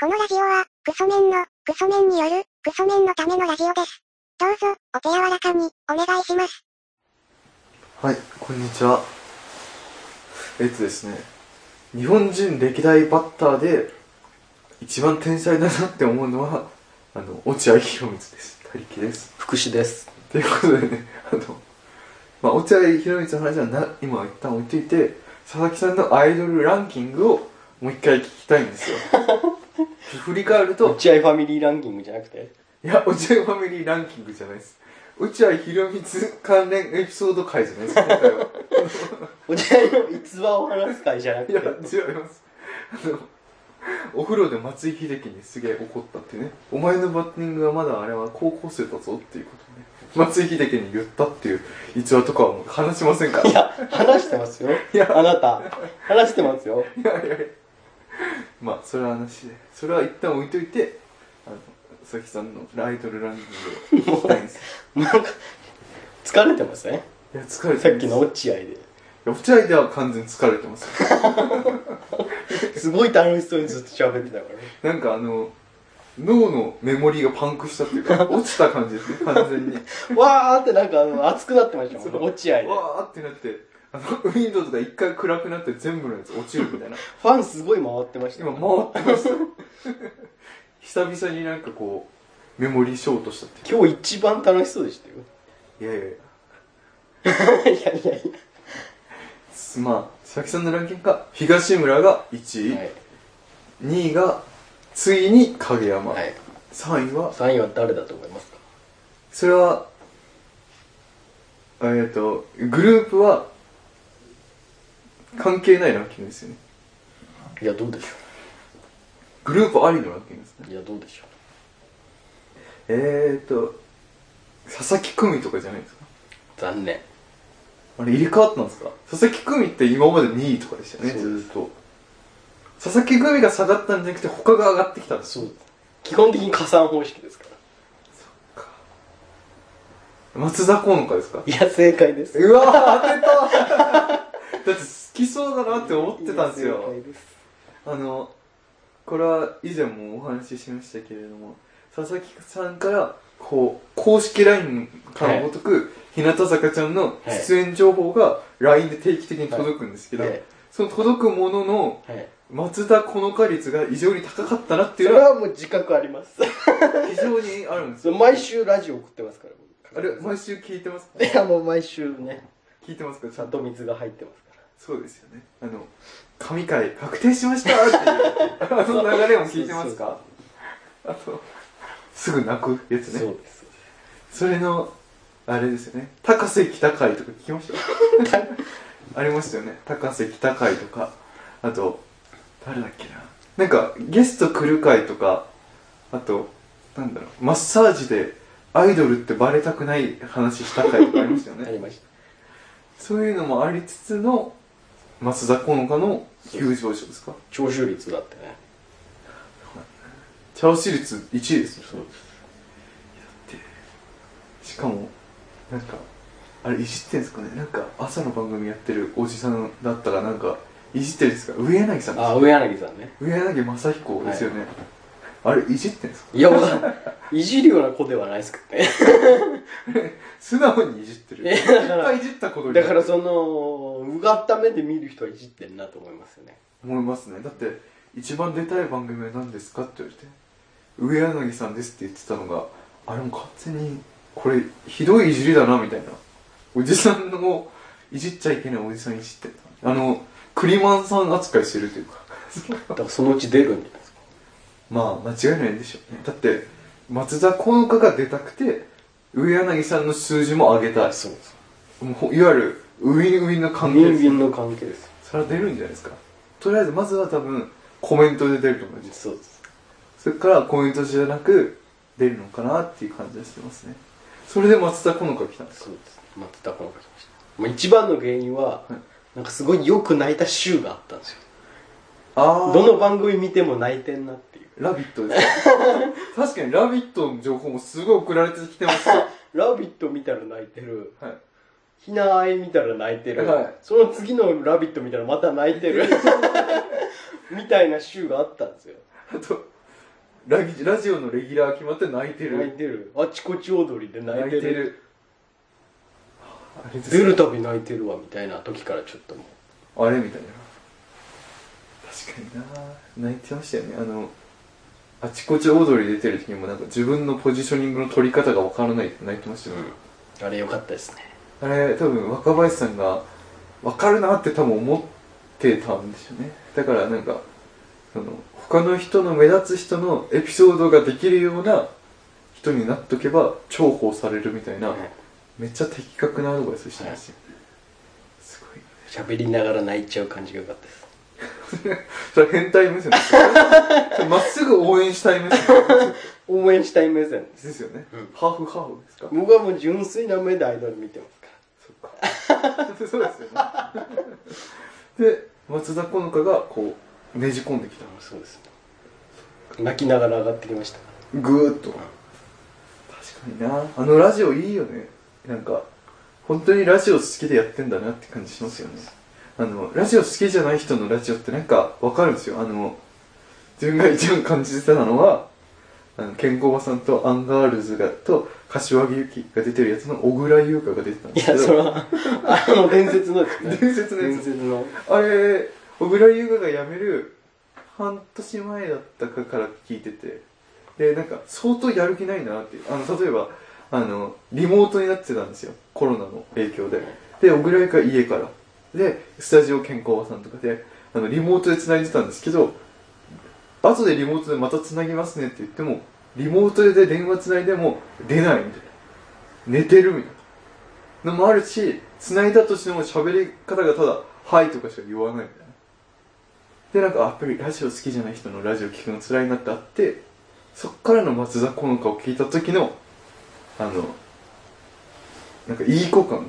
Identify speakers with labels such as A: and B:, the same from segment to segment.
A: このラジオは、クソメンの、クソメンによる、クソメンのためのラジオです。どうぞ、お手柔らかに、お願いします。
B: はい、こんにちは。えっとですね、日本人歴代バッターで一番天才だなって思うのは、あの、落合博満です。他力です。
C: 福祉です
B: ということでね、あの、まあ、落合博満の話はな今は一旦置いといて、佐々木さんのアイドルランキングをもう一回聞きたいんですよ。振り返ると、
C: 落合ファミリーランキングじゃなくて
B: いや、落合ファミリーランキングじゃないです。落合博満関連エピソード回じゃないです、今回は。
C: 落合の逸話を話す会じゃなく
B: いや、
C: て
B: 違います。あの、お風呂で松井秀喜にすげえ怒ったってね、お前のバッティングはまだあれは高校生だぞっていうことをね、松井秀喜に言ったっていう逸話とかはもう話しませんから。
C: いや話してますよ
B: いや
C: あなた話してますよ
B: いやいやいやまあ、それは話で、それは一旦置いといて、あの、佐々木さんのアイドルランキングを聞きたいん です。
C: なんか疲れてませ
B: い
C: ん
B: や、疲れて
C: さ
B: る
C: っきの落合で
B: いやお茶合では完全に疲れてます。
C: すごい楽しそうにずっと喋ってたから
B: なんかあの、脳のメモリーがパンクしたっていう か、落ちた感じですね、完全に。
C: わーってなんかあの熱くなってましたもんね落合で
B: わーってなってあの Windows が一回暗くなって全部のやつ落ちるみたいな
C: ファンすごい回ってました
B: 今
C: よ
B: 回ってました久々になんかこうメモリーショートしたっていう
C: 今日一番楽しそうでしたよ
B: いやいやいや
C: いやいやい
B: すまあ佐々木さんのランキングが東村が1位、
C: やはい
B: 2位がついに影山、
C: はい
B: 3位は
C: 3位は誰だと思いますか
B: それはえっ、とグループは関係ないランキングですよね
C: いやどうでしょ
B: グループありのランキングですね
C: ういやどうでしょう
B: えーと佐々木久美とかじゃないですか
C: 残念
B: あれ入れ替わったんですか佐々木久美って今まで2位とかでしたよね
C: そうです
B: ずっと佐々木久美が下がったんじゃなくて他が上がってきたんです
C: そう基本的に加算方式ですから
B: 松田好花ですか
C: いや正解です
B: うわー当てた だって好きそうだなって思ってたんですよ
C: いや正解です
B: あのこれは以前もお話ししましたけれども佐々木さんからこう公式 LINE からごとく、日向坂ちゃんの出演情報が LINE で定期的に届くんですけど、
C: はいはい
B: その届くものの
C: はい
B: 松田この果率が異常に高かったなって
C: そ
B: いう
C: れ
B: のは
C: はもう自覚あります
B: 非常にあるんです
C: そ
B: よ
C: れ毎週ラジオ送ってますから
B: あれ毎週聞いてますか
C: いやもう毎週ね
B: 聞いてますかちゃんと
C: 里水が入ってますか
B: そうですよねあの神回確定しましたっていうあの流れも聞いてますかあとすぐ泣くや
C: ら
B: つ
C: そ
B: ね
C: うです
B: それのあれですよね高瀬北海とか聞きましたありましたよね高瀬北海とかあと誰だっけななんかゲスト来る会とかあとなんだろうマッサージでアイドルってバレたくない話した会とかありましたよ
C: あり
B: ね
C: まし
B: そういうのもありつつの松田好花の急上昇ですか
C: た徴収率だってね
B: チャオシ率1位ですね
C: そうです
B: しかもなんかあれいじってんすかねなんか朝の番組やってるおじさんだったらなんかいじってるんですか上柳さんです
C: あ上柳さんね
B: 上柳正彦ですよね、あれいじってんすか
C: いやもういじるような子ではないですけどね
B: 素直にいじってる
C: え
B: いっぱいいじったことに
C: だからそのうがった目で見る人はいじってんなと思いますよね
B: 思いますねだって一番出たい番組は何ですかって言われて上柳さんですって言ってたのがあれも完全にこれひどいいじりだなみたいなおじさんをいじっちゃいけないおじさんいじってたあのクリマンさん扱いしてるというか
C: だからそのうち出るんじゃないですか
B: まあ間違いないでしょうねだって松田好花が出たくて上柳さんの数字も上げたい
C: そうです
B: もういわゆるウィンウィンの関
C: 人
B: 係です
C: 間の関係です
B: それは出るんじゃないですかとりあえずまずは多分コメントで出ると思います
C: そうです
B: それからコメントじゃなく出るのかなっていう感じがしてますねそれで松田好花が来たんですか
C: そうですまた高中しましたもう一番の原因は、
B: はい
C: なんかすごいよく泣いた週があったんですよ
B: あ
C: どの番組見ても泣いてんなっていう
B: ラビットですか 確かにラビットの情報もすごい送られてきてますよ
C: 「ラビット!」見たら泣いてる
B: はい
C: 「ひなあい」見たら泣いてる、
B: はい
C: その次の「ラビット!」見たらまた泣いてるみたいな週があったんですよ
B: あとラギラジオのレギュラー決まって泣いて
C: 泣
B: る
C: いてるあちこち踊りで泣いてる
B: あれです
C: 出
B: ね
C: るたび泣いてるわみたいな時からちょっとも
B: あれみたいな確かにな泣いてましたよねあのあちこち踊り出てる時にもなんか自分のポジショニングの取り方がわからないって泣いてました
C: う、
B: よ、
C: うん、あれ良かったですね
B: あれ多分若林さんが分かるなって多分思ってたんでしょうねだからなんかその他の人の目立つ人のエピソードができるような人になっとけば重宝されるみたいな、
C: はい
B: めっちゃ的確なアドバイスしてますよ、すごい
C: 喋りながら泣いちゃう感じが良かったです
B: それ変態目線ですよ それまっすぐ応援したい目線
C: 応援したい目線です
B: ですよね、
C: うん
B: ハーフハーフですか、
C: 僕はもう純粋な目でアイドル見てますか
B: そっか そうですよねで松田好花がこうねじ込んできた
C: らそうですね泣きながら上がってきました
B: ぐーっと確かになあのラジオいいよねなんか本当にラジオ好きでやってんだなって感じしますよねあのラジオ好きじゃない人のラジオってなんかわかるんですよあの自分が一番感じてたのはあのケンコバさんとアンガールズがと柏木由紀が出てるやつの小倉優香が出てたん
C: い
B: ですけ
C: や
B: ど
C: それはあの伝説のです ね
B: 伝説のや
C: 伝
B: つ
C: 説の
B: あれ小倉優香が辞める半年前だったかから聞いててでなんか相当やる気ないなってあの例えばあのリモートになってたんですよコロナの影響でで小倉優香家からでスタジオ健康さんとかであのリモートで繋いでたんですけど後でリモートでまた繋ぎますねって言ってもリモートで電話繋いでも出ないみたいな寝てるみたいなのもあるし繋いだとしても喋り方がただ「はい」とかしか言わないみたいなでなんかやっぱりラジオ好きじゃない人のラジオ聞くの辛いなってあってそっからの松田好花を聞いた時のあのなんかいい子感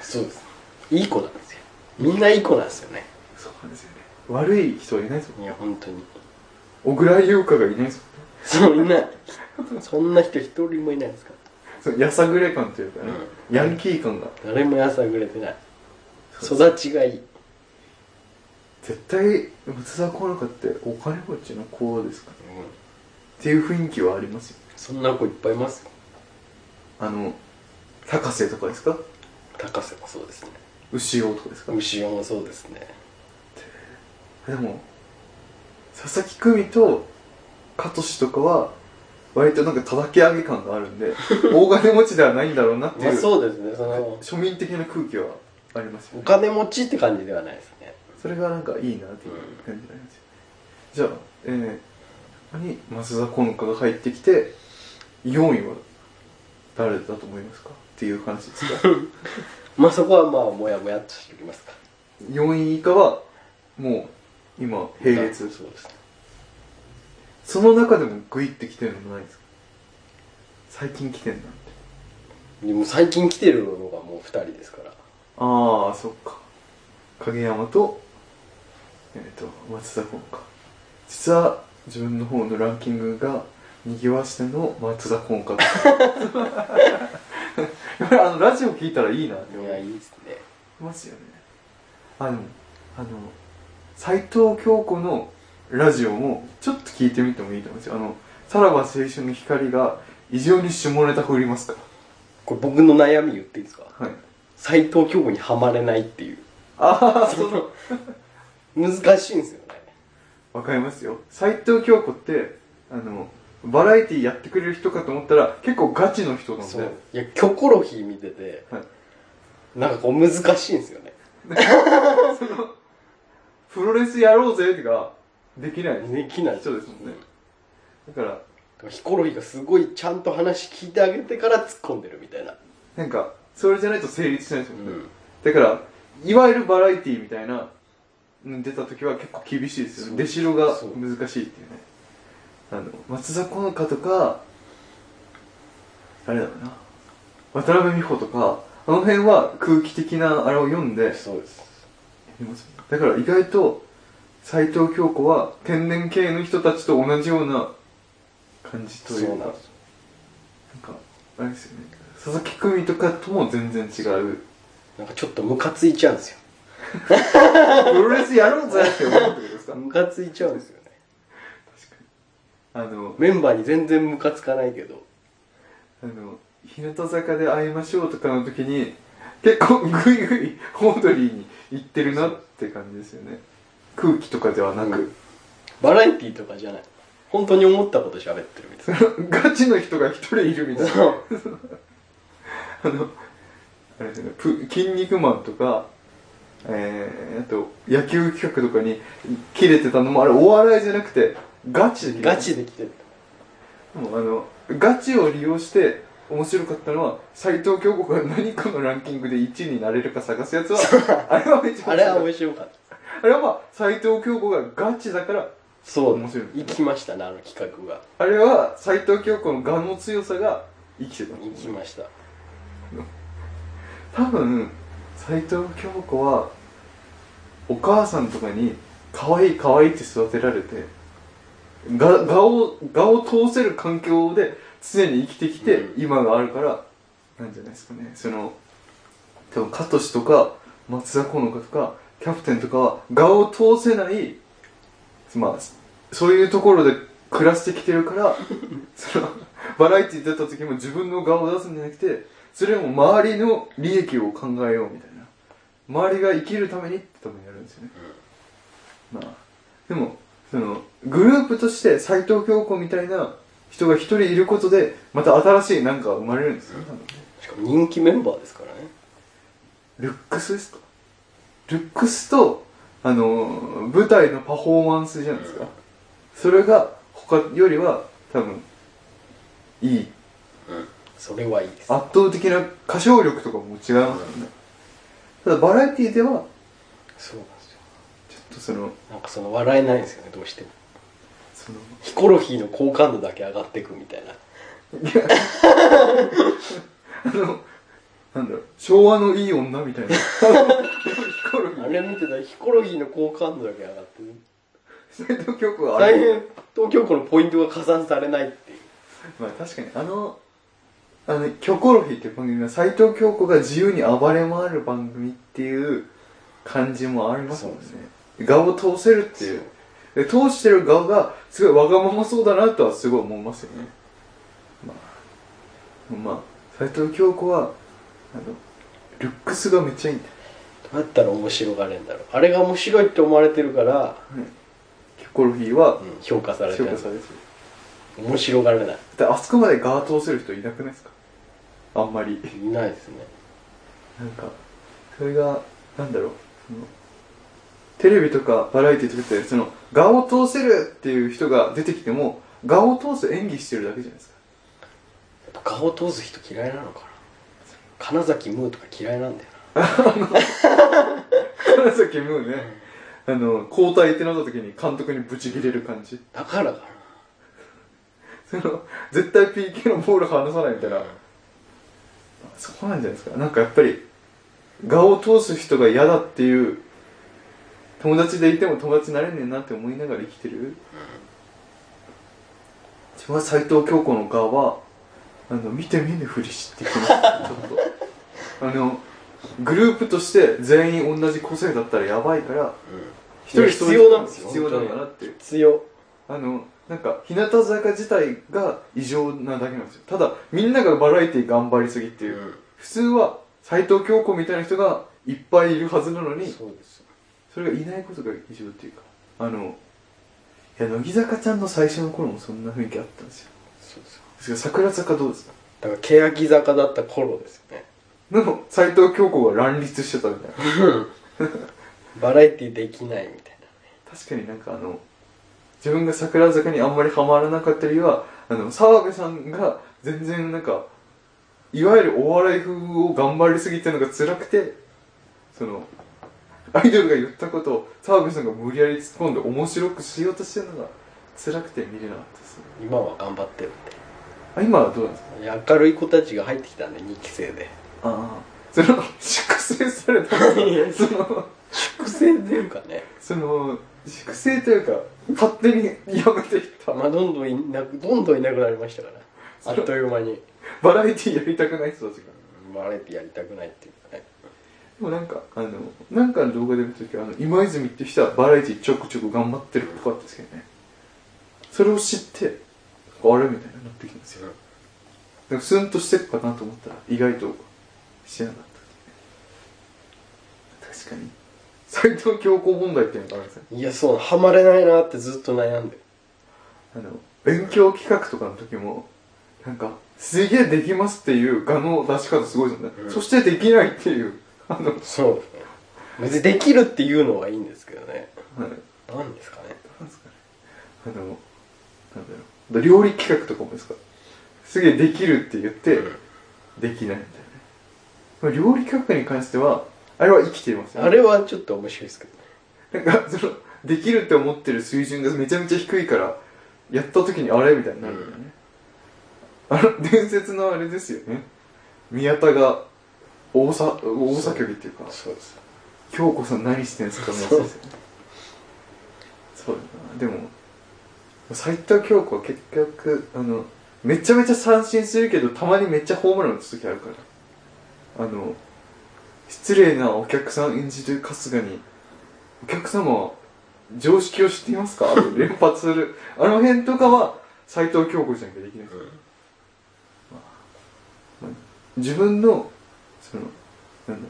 C: そうですいい子なんですよみんないい子なんですよね
B: そうなんですよね悪い人はいないぞ
C: いや本当に
B: 小倉優香がいないぞ
C: そうい ないそんな人一人もいないですから
B: そのやさぐれ感というかね、ヤンキー感が
C: 誰もやさぐれてない育ちがいい
B: 絶対松田好花ってお金持ちの子ですかねっていう雰囲気はありますよね
C: そんな子いっぱいいますよ
B: あの高瀬とかですか
C: 高瀬もそうですね
B: 牛尾とかですか
C: 牛尾もそうですね
B: でも佐々木久美と加藤氏とかは割となんか叩き上げ感があるん で大金持ちではないんだろうなってい
C: まあ
B: う,、
C: そうですねその
B: 庶民的な空気はありますよ
C: お
B: ね
C: 金持ちって感じではないですね
B: それがなんかいいなっていう感じになりますよ、じゃあえー、ここに増田好花が入ってきて4位は誰だと思いますかっていう話です が
C: まあそこはまあもやもやっとしておきますか
B: 4位以下はもう今並列
C: そうですね
B: その中でもグイって来てるのないですか最近来てんなって
C: でも最近来てるのがもう2人ですか
B: あ
C: ら
B: あそっか影山とえっ、と松田コンか実は自分の方のランキングがにぎわしての松田コンか あのラジオ聞いたらいいなって
C: い
B: 思
C: や
B: い
C: いいですね
B: ますよねあでもあの斎藤京子のラジオもちょっと聞いてみてもいいと思いますよあのさらば青春の光が異常に下ネタ振りますか
C: これ僕の悩み言っていいですから
B: はい
C: 斎藤京子にはまれないっていう
B: ああ
C: その難しいんですよね
B: わかりますよ斎藤京子ってあのバラエティやってくれる人かと思ったら結構ガチの人なんで
C: そういやキョコロヒー見てて
B: はい、
C: なんかこう難しいんですよね
B: そのプロレスやろうぜとかできない
C: できない
B: 人ですもんねだから
C: ヒコロヒーがすごいちゃんと話聞いてあげてから突っ込んでるみたいな
B: なんかそれじゃないと成立しないですもんね、
C: うん
B: だからいわゆるバラエティみたいなのに出た時は結構厳しいですよ
C: そう
B: ね出城が
C: そう
B: 難しいっていうねあの松田好花とかあれだろうな渡辺美穂とかあの辺は空気的なあれを読んで
C: そうです
B: だから意外と斎藤京子は天然系の人たちと同じような感じと
C: そ
B: いう
C: う
B: か
C: な
B: なんん
C: です
B: かあれですよね佐々木久美とかとも全然違う
C: なんかちょっとムカついちゃうんですよ
B: プロレスやろうぜって思うってことですか
C: ムカついちゃうんですよね
B: 確あの
C: メンバーに全然ムカつかないけど
B: あの日向坂で会いましょうとかの時に結構グイグイオードリーに行ってるなって感じですよね空気とかではなく、
C: バラエティーとかじゃない本当に思ったこと喋ってるみたい
B: ガチの人が一人いるみたい
C: な
B: な
C: そう
B: あのあれですよねプ筋肉マンとかえー、あと野球企画とかに切れてたのもあれお笑いじゃなくてガチで
C: ガチで来てる
B: もうあのガチを利用して面白かったのは斎藤京子が何かのランキングで1位になれるか探すやつはあれはめちゃ
C: あ
B: 面白
C: れ
B: い
C: は面白かった
B: あれはまあ斎藤京子がガチだから
C: そう
B: 面白い
C: 行きましたねあの企画が
B: あれは斎藤京子の我の強さが生きてた
C: 行きました
B: 多分斎藤京子はお母さんとかに可愛い可愛いって育てられてが画を画を通せる環境で常に生きてきて、
C: う
B: 今があるからなんじゃないですかねその多分カトシとか松田好花とかキャプテンとかは画を通せないまあそういうところで暮らしてきてるからそのバラエティ出た時も自分の顔を出すんじゃなくてそれよりも周りの利益を考えようみたいな周りが生きるためにって多分やるんですよね、まあでもそのグループとして斎藤京子みたいな人が一人いることでまた新しいなんかが生まれるんですよね多分ね
C: しかも人気メンバーですからね
B: ルックスですかルックスとあのー舞台のパフォーマンスじゃないですかそれが他よりは多分いい
C: うんそれはいいです
B: 圧倒的な歌唱力とかも違いますよねただバラエティでは
C: そうなんですよ
B: ちょっとその
C: なんかその笑えないんですよねどうしても
B: その
C: ヒコロヒーの好感度だけ上がってくみたいない
B: やあのなんだろう昭和のいい女みたいなヒコロヒ
C: あ
B: ー
C: れ見てたらヒコロヒーの好感度だけ上がってる
B: 斉藤京子はあ
C: 大
B: れ
C: 変東京湖のポイントが加算されないっていう
B: まあ確かにあのあの「キョコロヒー」っていう番組は斎藤京子が自由に暴れ回る番組っていう感じもありますもんね
C: そう
B: 顔を通せるっていうで通してる側がすごいわがままそうだなとはすごい思いますよねまあまあ斎藤京子はあのルックスがめっちゃいいんだよ
C: どうやったら面白がれんだろうあれが面白いって思われてるから、
B: キョコロヒーは
C: うん評価されて
B: 評
C: る
B: 価されてる
C: 面白がれない
B: だってあそこまで側通せる人いなくないですかあんまり
C: いないですね
B: なんかそれがなんだろうそのテレビとかバラエティとかってその画を通せるっていう人が出てきても画を通す演技してるだけじゃないですか
C: やっぱ顔を通す人嫌いなのかな金崎ムーとか嫌いなんだよ
B: 金崎ムーねあの交代ってなった時に監督にブチ切れる感じ
C: なだからかな
B: その 絶対 PK のボール離さないみたいなそこなんじゃないですかなんかやっぱり画を通す人が嫌だっていう友達でいても友達になれんねんなって思いながら生きてる自分は斎藤京子の側はあの見て見ぬふりしてきますちょっとあのグループとして全員同じ個性だったらやばいから一人一人
C: 必要なんですよ
B: 必要なんだなっていう
C: 必要
B: あのなんか日向坂自体が異常なだけなんですよただみんながバラエティ頑張りすぎっていう、普通は斎藤京子みたいな人がいっぱいいるはずなのに
C: そうですよ
B: それがいないことが異常っていうかあのいや乃木坂ちゃんの最初の頃もそんな雰囲気あったんですよ
C: そうですよ
B: ですけど桜坂どうですか
C: だから欅坂だった頃ですよね
B: の斎藤京子が乱立してたみたいな
C: バラエティできないみたい
B: 確かになんかあの自分が桜坂にあんまりハマらなかった理由はあの澤部さんが全然なんかいわゆるお笑い風を頑張りすぎてるのが辛くてそのアイドルが言ったことを澤部さんが無理やり突っ込んで面白くしようとしてるのが辛くて見れなかったですね
C: な今は頑張ってるんで
B: あ今はどうなんですか
C: いや明るい子たちが入ってきたんで2期生で
B: ああその 粛清されたんですかその
C: 粛清っていうかね
B: その粛清というか勝手にやめていった
C: まあどんどんいなくどんどんいなくなりましたからあっという間に
B: バラエティやりたくない人たちが
C: バラエティやりたくないっていうかね
B: でもなんか、あの、なんかの動画で見たとき、あの、今泉って人はバラエティちょくちょく頑張ってるっぽかったですけどね。それを知ってあれみたいになってきますよ
C: うん
B: なんかスンとしてるかなと思ったら意外としてなかった確かに斎藤強行問題っていうのがあるんですよ
C: いやそうハマれないなってずっと悩んで
B: あの勉強企画とかの時もなんかすげえできますっていう画の出し方すごいですよね、
C: うん
B: そしてできないっていうあの、はい、
C: そうですね別にできるっていうのはいいんですけどね
B: なん
C: なんですかね
B: ですかねあのなんだろう料理企画とかもですかすげえできるって言って、
C: うん
B: できないみたいなね料理企画に関してはあれは生きていますよね
C: あれはちょっと面白いですけどね
B: なんかそのできるって思ってる水準がめちゃめちゃ低いからやった時にあれみたいになるんだよね、あの伝説のあれですよね宮田が大さ大叫びっていうか
C: そうです
B: 京子さん何してんすかのやつですよねそうだなでも斉藤京子は結局あのめちゃめちゃ三振するけどたまにめっちゃホームラン打つ時あるからあの失礼なお客さん演じる春日に「お客様は常識を知っていますか?」って連発するあの辺とかは斉藤京子じゃなきゃできないですよ、まあ自分のそのなんだ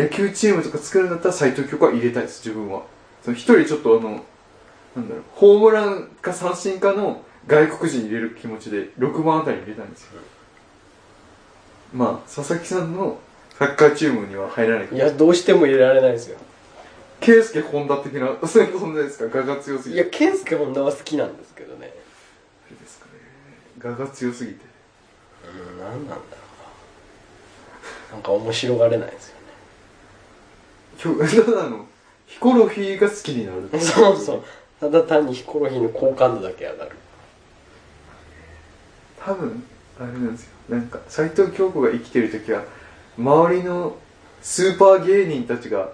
B: 野球チームとか作るんだったら斎藤京子は入れたいです自分はその一人ちょっとあのなんだろうホームランか三振かの外国人入れる気持ちで6番あたりに入れたんですよ、まあ佐々木さんのサッカーチームには入らない
C: いやどうしても入れられないですよ
B: 圭佑本田的なそういう存在ですか画が強すぎ
C: い
B: て
C: や健介本田は好きなんですけどね
B: あれですかね画が強すぎて
C: うん何なんだろうななんか面白がれないですよ
B: ひょ ただあのヒコロヒーが好きになる
C: ねそうそうただ単にヒコロヒーの好感度だけ上がる
B: 多分あれなんですよなんか斎藤京子が生きてる時は周りのスーパー芸人たちが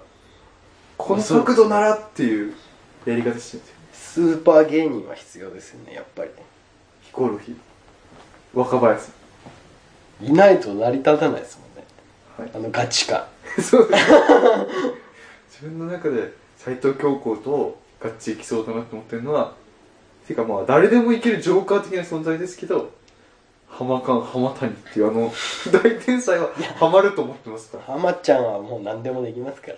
B: この速度ならっていうやり方してるんですよ
C: スーパー芸人は必要ですよねやっぱり
B: ヒコロヒー若林さ
C: いないと成り立たないですもんね
B: んはい
C: あのガチ感
B: そうです自分の中で斎藤京子とガッチいきそうだなと思ってるのはてかまあ誰でもいけるジョーカー的な存在ですけど浜勘浜谷っていうあの大天才はハマると思ってますから
C: 浜ちゃんはもう何でもできますから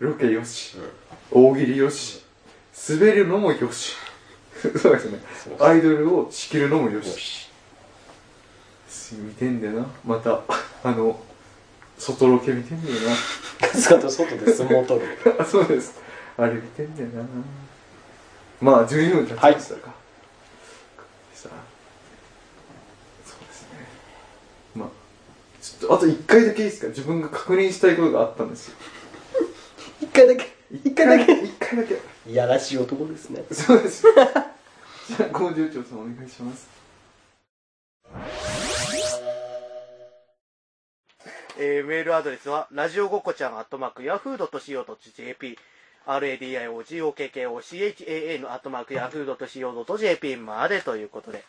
B: ロケよし、大喜利よし、滑るのもよし。 そうですね
C: そう。
B: アイドルを仕切るのもよ
C: よ
B: し。
C: し
B: 見てんだよな。また、 あの、外ロケ見てんだよ
C: 春日と外で相撲取る
B: な。あ そうです。あれ見てんだよな。まあ、12分経ちましたか。さあそうですね。まあ、ちょっと、あと1回だけいいですか自分が確認したいことがあったんですよ。
C: 一回だけ一回だけ
B: 一回だけ。
C: いやらしい男ですね
B: そうです。じゃあ、工場長さんお願いします。
D: えーメールアドレスは、ラジオごっこちゃん、アットマーク、ヤフードと .co.jp、radiogokkocha のアットマーク、ヤフードと .co.jp までということで。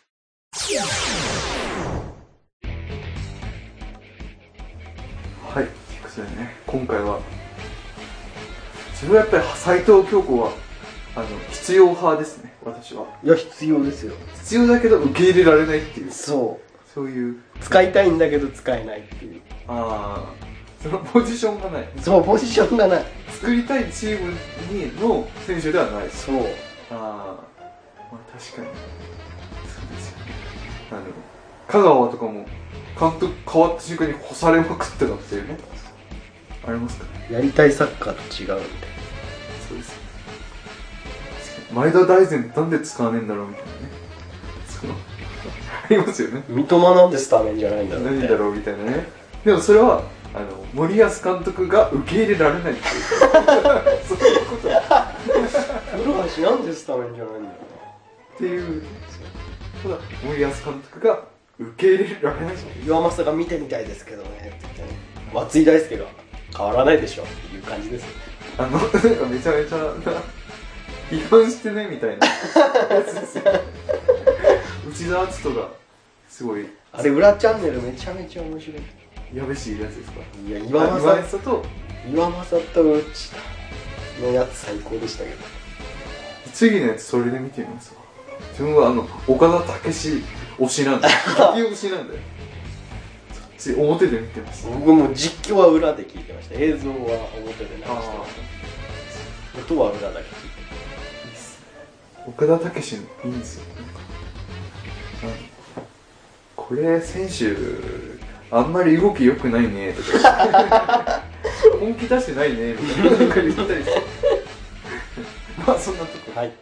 B: はい、菊池ね、今回は、自分はやっぱり斎藤京子は、あの、必要派ですね、私は。
C: いや必要ですよ
B: 必要だけど受け入れられないっていう、
C: そ
B: そういう、
C: う使いたいんだけど使えないっていう
B: ああ、そのポジションがない。
C: そのポジションがない
B: 作りたいチームにの選手ではないです。
C: そう
B: ああ、まあ確かに。そうですよね。あの、香川とかも、監督変わった瞬間に干されまくってたっていうね。ありますかね
C: やりたいサッカーと違うんで
B: そうです前田大然なんで使わねえんだろうみたいなねそのありますよね
C: 三笘なんでスタメンじゃないんだろう
B: 何
C: って
B: だろうみたいなねでもそれはあの森保監督が受け入れられないっていうそういうことっ
C: 古橋なんでスタメンじゃないんだろ
B: ていうただ森保監督が受け入れられないう
C: 岩政が見てみたいですけどねって言ってね松井大輔が変わらないでしょっていう感じですよね
B: あのなんかめちゃめちゃな 批判してねみたいなやつですよ内田篤人がすごい
C: あれ裏チャンネルめちゃめちゃ面白い
B: やべしいやつですか
C: いや
B: 岩
C: 岩
B: 井
C: 政
B: さんと
C: 岩政とうちのやつ最高でしたけど
B: 次のやつそれで見てみますわ自分はあの岡田武史推しなんだよ竹推しなんだよそっち表で見てます
C: 僕も実況は裏で聞いてました映像は表で流してまし
B: あ
C: た音は裏だけ聞いて
B: 岡田武史いいんですよなんかうんこれ選手あんまり動き良くないね とか 本気出してないねみたいななんか言ったりしてまあそんなとこ
C: はい